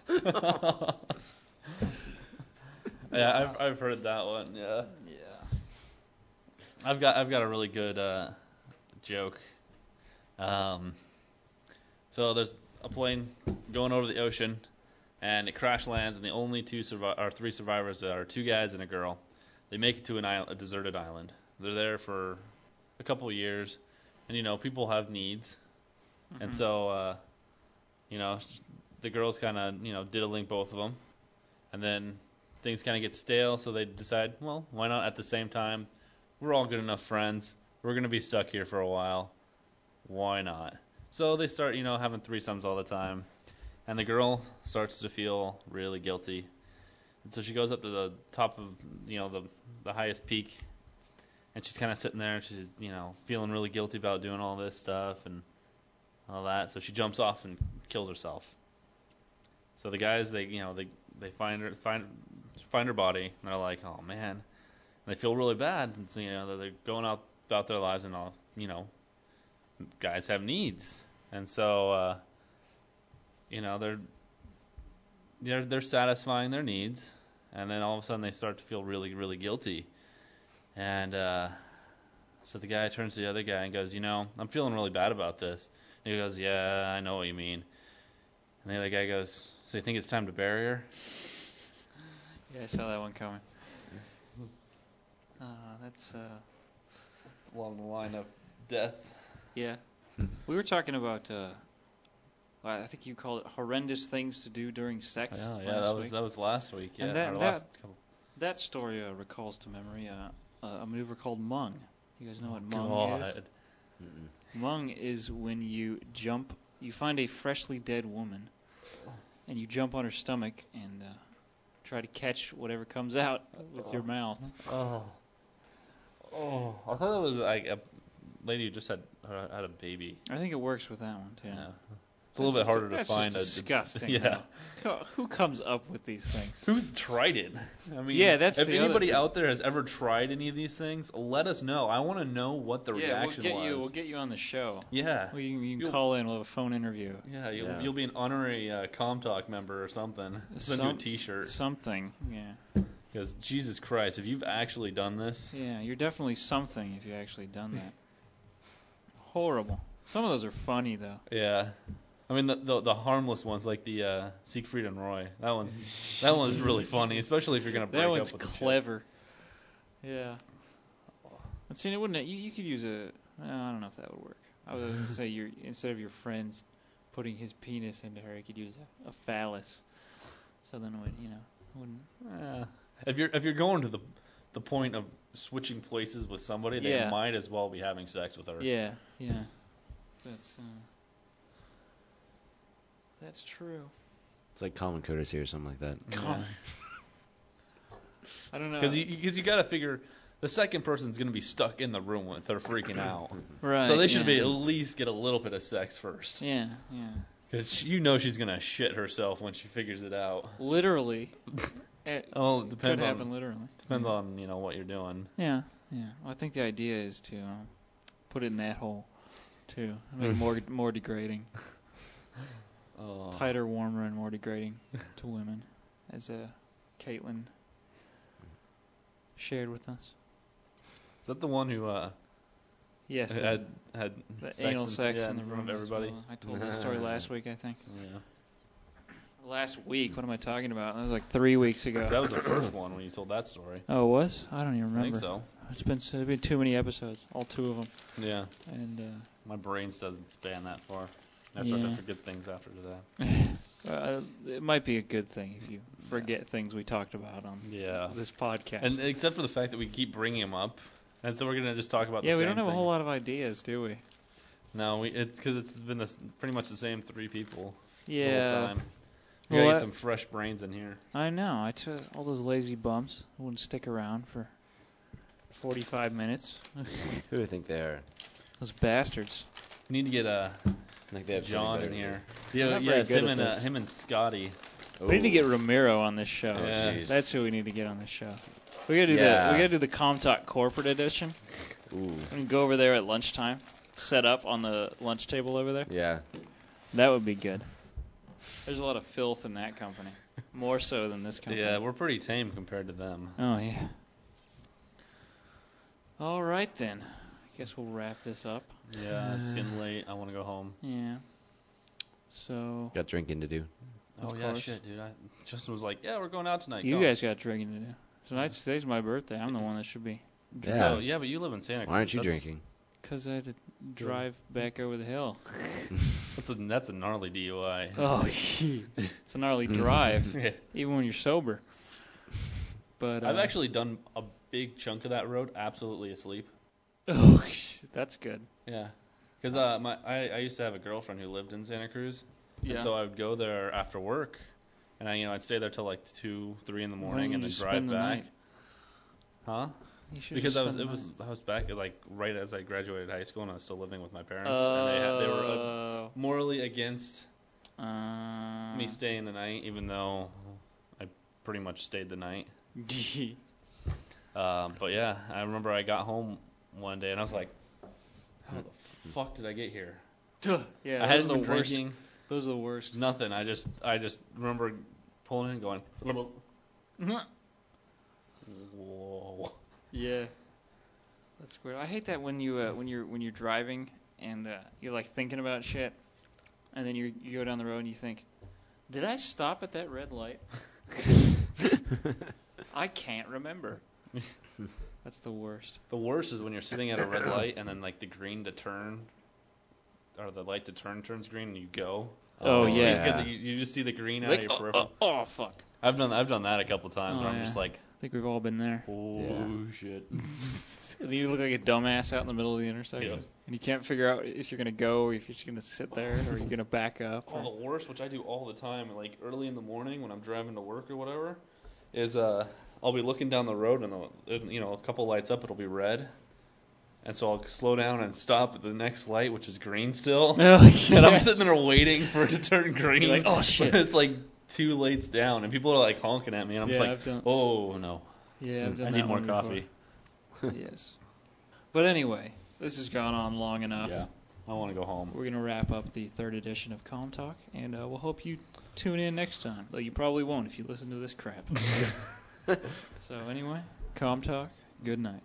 C: [laughs] yeah, I've I've heard that one. Yeah.
B: Yeah.
C: I've got I've got a really good uh, joke. Um, so there's a plane going over the ocean, and it crash lands, and the only two survi- or three survivors are two guys and a girl. They make it to an island, a deserted island. They're there for a couple of years, and you know people have needs, and so uh, you know the girls kind of you know diddling both of them, and then things kind of get stale. So they decide, well, why not at the same time we're all good enough friends. We're gonna be stuck here for a while. Why not? So they start, you know, having threesomes all the time, and the girl starts to feel really guilty, And so she goes up to the top of you know the the highest peak, and she's kind of sitting there. and She's you know feeling really guilty about doing all this stuff and all that. So she jumps off and kills herself. So the guys they you know they they find her find find her body and they're like oh man, and they feel really bad. And so you know they're, they're going out about their lives and all you know guys have needs and so uh, you know they're they're they're satisfying their needs, and then all of a sudden they start to feel really really guilty, and uh, so the guy turns to the other guy and goes, you know, I'm feeling really bad about this. And he goes, yeah, I know what you mean. And the other guy goes, so you think it's time to bury her?
B: Yeah, I saw that one coming. Uh, that's uh,
C: Along the line of death.
B: yeah. We were talking about. Uh, well, I think you called it horrendous things to do during sex.
C: Yeah, yeah,
B: last
C: that
B: week.
C: was that was last week. Yeah,
B: And that-
C: or
B: that-
C: last couple.
B: That story uh, recalls to memory uh, uh, a maneuver called mung. You guys know what mung is?
C: Oh, God.
D: [laughs] Mm-mm.
B: Mung is when you jump, you find a freshly dead woman, and you jump on her stomach and uh, try to catch whatever comes out with your mouth.
C: Oh. Oh, I thought it was like a lady who just had had a baby.
B: I think it works with that one too.
C: Yeah. It's a little bit
B: That's
C: harder
B: just-
C: to
B: that's
C: find.
B: Just
C: a,
B: disgusting.
C: Yeah.
B: though. Who- Who comes up with these things?
C: [laughs] Who's tried it? I mean,
B: Yeah, that's
C: if
B: the other
C: anybody
B: thing.
C: out there has ever tried any of these things, let us know. I want to know what the
B: yeah, we'll
C: reaction
B: get
C: was.
B: you. We'll get you on the show.
C: yeah.
B: We can, you can
C: You'll-
B: call in. We'll have a phone interview.
C: Yeah, you'll,
D: Yeah.
C: you'll be an honorary uh, Comtalk member or something. Send you a
B: Some-
C: T-shirt.
B: Something. Yeah.
C: Because Jesus Christ, if you've actually done this,
B: Yeah. You're definitely something if you actually done that. Horrible. Some of those are funny though.
C: yeah. I mean the, the the harmless ones like the uh, Siegfried and Roy. That one's that one's really funny, especially if you're gonna break
B: That one's
C: up with the chick.
B: clever. Yeah. But see, it wouldn't. You, you could use a. well, I don't know if that would work. I was
C: [laughs]
B: going to say your instead of your friends putting his penis into her, he could use a, a phallus. So then it would you know it wouldn't.
C: Yeah. If you're if you're going to the the point of switching places with somebody, they
B: Yeah.
C: might as well be having sex with her.
B: Yeah, yeah. That's. Uh, that's true.
D: It's like common courtesy or something like that.
B: God. I don't know.
C: Because you because you got to figure the second person's going to be stuck in the room with her freaking out.
B: right?
C: so they should be
B: yeah.
C: at least get a little bit of sex first.
B: Yeah, yeah.
C: Because you know she's going to shit herself when she figures it out. [laughs]
B: Literally. It
C: Oh,
B: could
C: depends
B: happen
C: on
B: literally.
C: depends on you know what you're doing.
B: Yeah, yeah. Well, I think the idea is to um, put it in that hole, too. Make it
C: [laughs]
B: more more degrading,
C: Oh.
B: tighter, warmer, and more degrading to women, as uh, Caitlin shared with us.
C: Is that the one who uh,
B: Yes, the,
C: had had
B: the
C: sex
B: anal
C: in-
B: sex
C: yeah,
B: in the room.
C: front of
B: as
C: everybody?
B: well. I told that
C: [laughs]
B: story last week, I think.
C: Yeah.
B: Last week? What am I talking about? That was like three weeks
C: That
B: ago.
C: was the first one when you told that story.
B: Oh, it was? I don't even remember.
C: I think so.
B: It's been it's been too many episodes, all two of them,
C: Yeah.
B: and. Uh,
C: My brain doesn't span that far. I start to
B: Yeah.
C: forget things after that.
B: Uh, it might be a good thing if you forget things we talked about on
C: Yeah.
B: this podcast.
C: And except for the fact that we keep bringing them up, and so we're gonna just talk about.
B: yeah,
C: the
B: we
C: same
B: don't have a
C: thing.
B: whole lot of ideas, do we?
C: No, we it's because it's been the s pretty much the same three people the whole
B: Yeah,
C: time. We gotta
B: Well, I-
C: get some fresh brains in here.
B: I know. I took all those lazy bumps wouldn't stick around for 45 minutes. [laughs]
D: [laughs] Who do you think they are?
B: Those bastards.
C: We need to get uh,
D: I think they have
C: John
D: something
C: in
D: better
C: here.
D: I'm
C: Yeah,
D: not very
C: yes,
D: good
C: him
D: at
C: and uh,
D: this.
C: him and Scotty.
D: to do.
B: We need to
D: Ooh.
B: get Ramiro on this show.
D: Oh,
C: Yeah.
D: jeez.
B: That's who we need to get on this show. We gotta do
D: Yeah.
B: the we gotta do the Comtalk Corporate Edition.
D: Ooh.
B: We can go over there at lunchtime, set up on the lunch table over there.
D: Yeah.
B: That would be good. There's a lot of filth in that company, more so than this company.
C: Yeah, we're pretty tame compared to them.
B: Oh yeah. All right then. I guess we'll wrap this up.
C: Yeah, it's getting late. I want to go home.
B: Yeah. So
D: Got drinking to do.
B: Of
C: oh yeah,
B: course.
C: shit, dude. I, Justin was like, "Yeah, we're going out tonight."
B: you
C: go."
B: guys got drinking to do. Tonight, today's my birthday. I'm the one that should be,
D: Yeah.
C: So yeah, but you live in Santa Cruz.
D: Why aren't you
C: That's-
D: drinking?
B: cause I had to drive back over the
C: [laughs]
B: hill.
C: That's a that's a gnarly
D: [laughs]
C: DUI.
B: Oh, [laughs] shit. it's a gnarly
C: Mm.
B: drive,
C: [laughs] Yeah.
B: even when you're sober. But uh,
C: I've actually done a big chunk of that road absolutely asleep.
B: [laughs] Oh, that's good.
C: Yeah. Because uh, my I, I used to have a girlfriend who lived in Santa Cruz,
B: Yeah.
C: and so I would go there after work, and I, you know, I'd stay there till like two, three in the morning,
B: didn't
C: and
B: you
C: then
B: just
C: drive
B: spend the
C: back.
B: night?
C: Huh?
B: You should've
C: Because I was,
B: spent
C: it
B: the
C: was,
B: night.
C: I was back at like right as I graduated high school, and I was still living with my parents, and they had, they were uh, morally against
B: Uh, uh,
C: me staying the night, even though I pretty much stayed the night.
B: uh, [laughs]
C: Um, but yeah, I remember I got home one day and I was like, "How the fuck did I get here?"
B: yeah,
C: I
B: those are
C: hadn't
B: the
C: been
B: worst.
C: drinking,
B: Those are the
C: [laughs]
B: worst.
C: nothing. I just, I just remember pulling in, and going, "Whoa!"
B: Yeah, that's weird. I hate that when you uh, when you're when you're driving and uh, you're like thinking about shit, and then you you go down the road and you think, did I stop at that red light?
C: [laughs]
D: [laughs]
B: I can't
C: [laughs]
B: remember. that's the worst.
C: The worst is when you're sitting at a red [coughs] light and then like the green to turn, or the light to turn turns green and you go.
B: Oh,
C: It's
B: yeah.
C: like- 'cause you, you just see the green out
B: Like,
C: of your
B: oh,
C: peripheral.
B: oh, oh, fuck!
C: I've done, I've done that a couple times.
B: Oh,
C: where I'm
B: yeah.
C: just like,
B: I think we've all been
C: [laughs]
B: there.
C: "Oh
D: Yeah.
C: shit!"
B: And you look like a dumbass out in the middle of the intersection,
C: Yeah.
B: and you can't figure out if you're gonna go or if you're just gonna sit there or you're gonna back up.
C: Oh, [laughs]
B: Or...
C: the worst, which I do all the time, like early in the morning when I'm driving to work or whatever, is uh, I'll be looking down the road and the, and, you know a couple lights up it'll be red, and so I'll slow down and stop at the next light which is green still, [laughs] and Oh,
B: [laughs]
C: I'm sitting there waiting for it to turn green.
B: You're like,
C: [laughs]
B: "Oh, shit."
C: it's like two lights down, and people are like honking at me, and I'm just
B: Yeah,
C: like,
B: I've done-
C: oh no,
B: yeah, I've done
C: I
B: that
C: need more
B: one before.
C: coffee.
B: yes. But anyway, this has gone on long enough.
C: Yeah, I want to go home.
B: We're going to wrap up the third edition of Calm Talk, and uh, we'll hope you tune in next time. Though you probably won't if you listen to this crap. so, anyway, Calm Talk, good night.